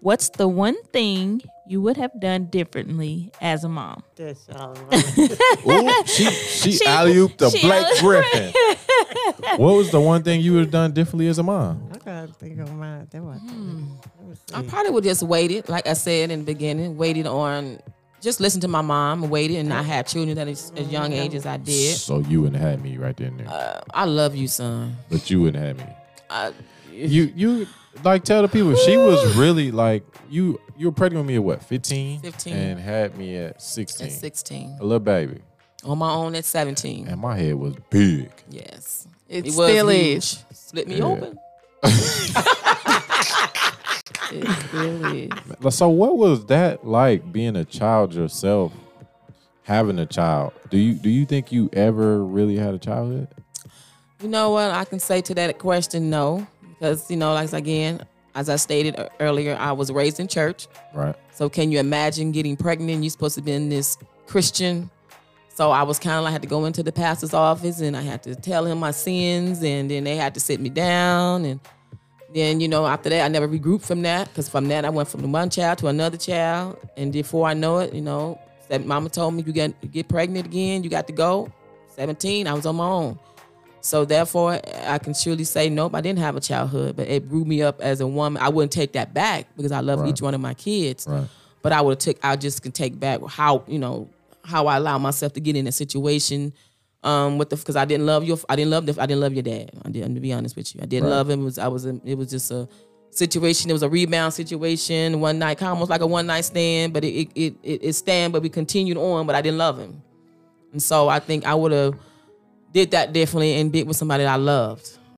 What's the one thing you would have done differently as a mom? That's all Ooh, she she, She- alley ooped the she Black alley- Griffin. what was the one thing you would have done differently as a mom? I gotta think of mine. That was. Let me I see. probably would just waited, like I said in the beginning, waited on just listen to my mom, waited, and I had children at as, as young age as I did. So you wouldn't have had me right then and there, Uh, I love you, son. but you wouldn't have me. I, You you like tell the people she was really like you. You were pregnant with me at what 15? 15. and had me at sixteen. at 16, A little baby, on my own at 17. and my head was big. Yes, It, was still huge. is. Split me Yeah. open. It still is. So what was that like being a child yourself? Having a child, do you do you think you ever really had a childhood? You know what? I can say to that question, no, because you know, like again, as I stated e- earlier, I was raised in church. Right. So can you imagine getting pregnant? You're supposed to be in this Christian. So I was kind of like, I had to go into the pastor's office and I had to tell him my sins, and then they had to sit me down. And then, you know, after that, I never regrouped from that because from that, I went from one child to another child. And before I know it, you know, that mama told me, you get, you get pregnant again, you got to go. 17, I was on my own. So therefore, I can surely say, nope, I didn't have a childhood, but it grew me up as a woman. I wouldn't take that back because I love Right. each one of my kids Right. but I would have took I just can take back how you know how I allow myself to get in a situation um with the because I didn't love your I didn't love the, I didn't love your dad I didn't to be honest with you I didn't Right. love him it was I was in- it was just a situation it was a rebound situation one night kind of almost like a one night stand but it it it, it, it stand but we continued on but I didn't love him and so I think I would have did that differently and did with somebody that I loved